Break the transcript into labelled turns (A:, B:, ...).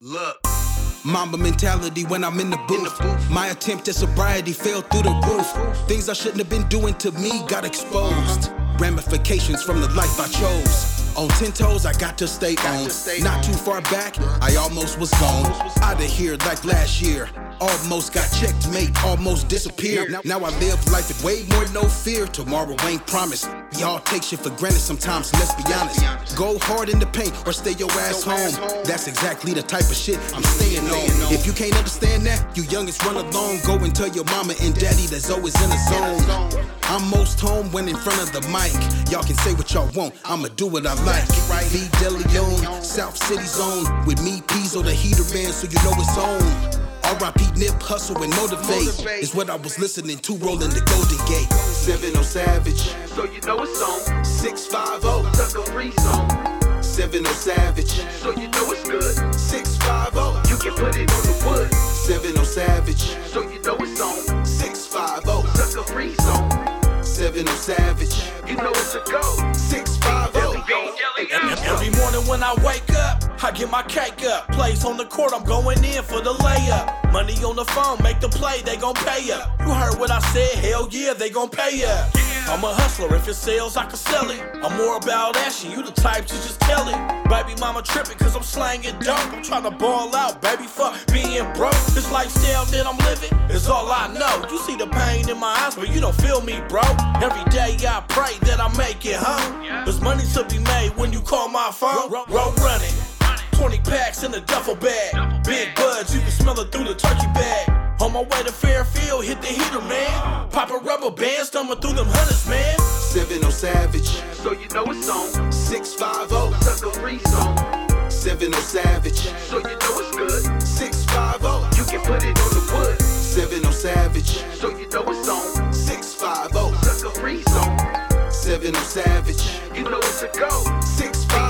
A: Look. Mamba mentality when I'm in the booth. My attempt at sobriety fell through the roof. Things I shouldn't have been doing to me got exposed. Ramifications from the life I chose. On 10 toes, I got to stay on. Not too far back, I almost was gone. Outta here like last year. Almost got checkmate, almost disappeared. Now I live life with way more no fear. Tomorrow ain't promised. Y'all take shit for granted sometimes, let's be honest. Go hard in the paint or stay your ass home. That's exactly the type of shit I'm staying on. If you can't understand that, you youngins run along. Go and tell your mama and daddy that's always in the zone. I'm most home when in front of the mic. Y'all can say what y'all want, I'ma do what I like. V Deleon, South City Zone. With me, Pizzo, the heater man, so you know it's on. RIP Nip, hustle and motivate. Is what I was listening to, rolling the Golden Gate. 70 Savage,
B: So you know it's on.
A: 650,
B: Sucker free zone.
A: 70 Savage,
B: So you know it's good.
A: 650,
B: You can put it on the wood.
A: 70 oh. Savage,
B: So you know it's on.
A: 650,
B: Sucker free zone.
A: 70 Savage, oh.
B: You know it's a go.
A: 650.
C: Every morning when I wake up, I get my cake up. Plays on the court, I'm going in for the layup. Money on the phone, make the play, they gon' pay up. You heard what I said, hell yeah, they gon' pay up. I'm a hustler, if it sells, I can sell it. I'm more about action, you the type to just tell it. Baby mama trippin', cause I'm slangin' dope. I'm tryna ball out, baby, fuck being broke. This lifestyle that I'm living is all I know. You see the pain in my eyes, but you don't feel me, bro. Every day I pray that I make it home. There's money to be made when you call my phone. Road running. 20 packs in a duffel bag. Big buds, you can smell it through the turkey bag. On my way to Fairfield, hit the heater, man. Poppin' rubber bands, thumbing through them hundreds, man.
A: 70 Savage,
B: So you know it's on.
A: 650,
B: Sucker free zone.
A: 70 Savage,
B: So you know it's good.
A: 650,
B: You can put it on the wood.
A: 70 Savage,
B: So you know it's on.
A: 650,
B: Sucker free zone.
A: 70 Savage, oh.
B: You know it's a go.
A: 650.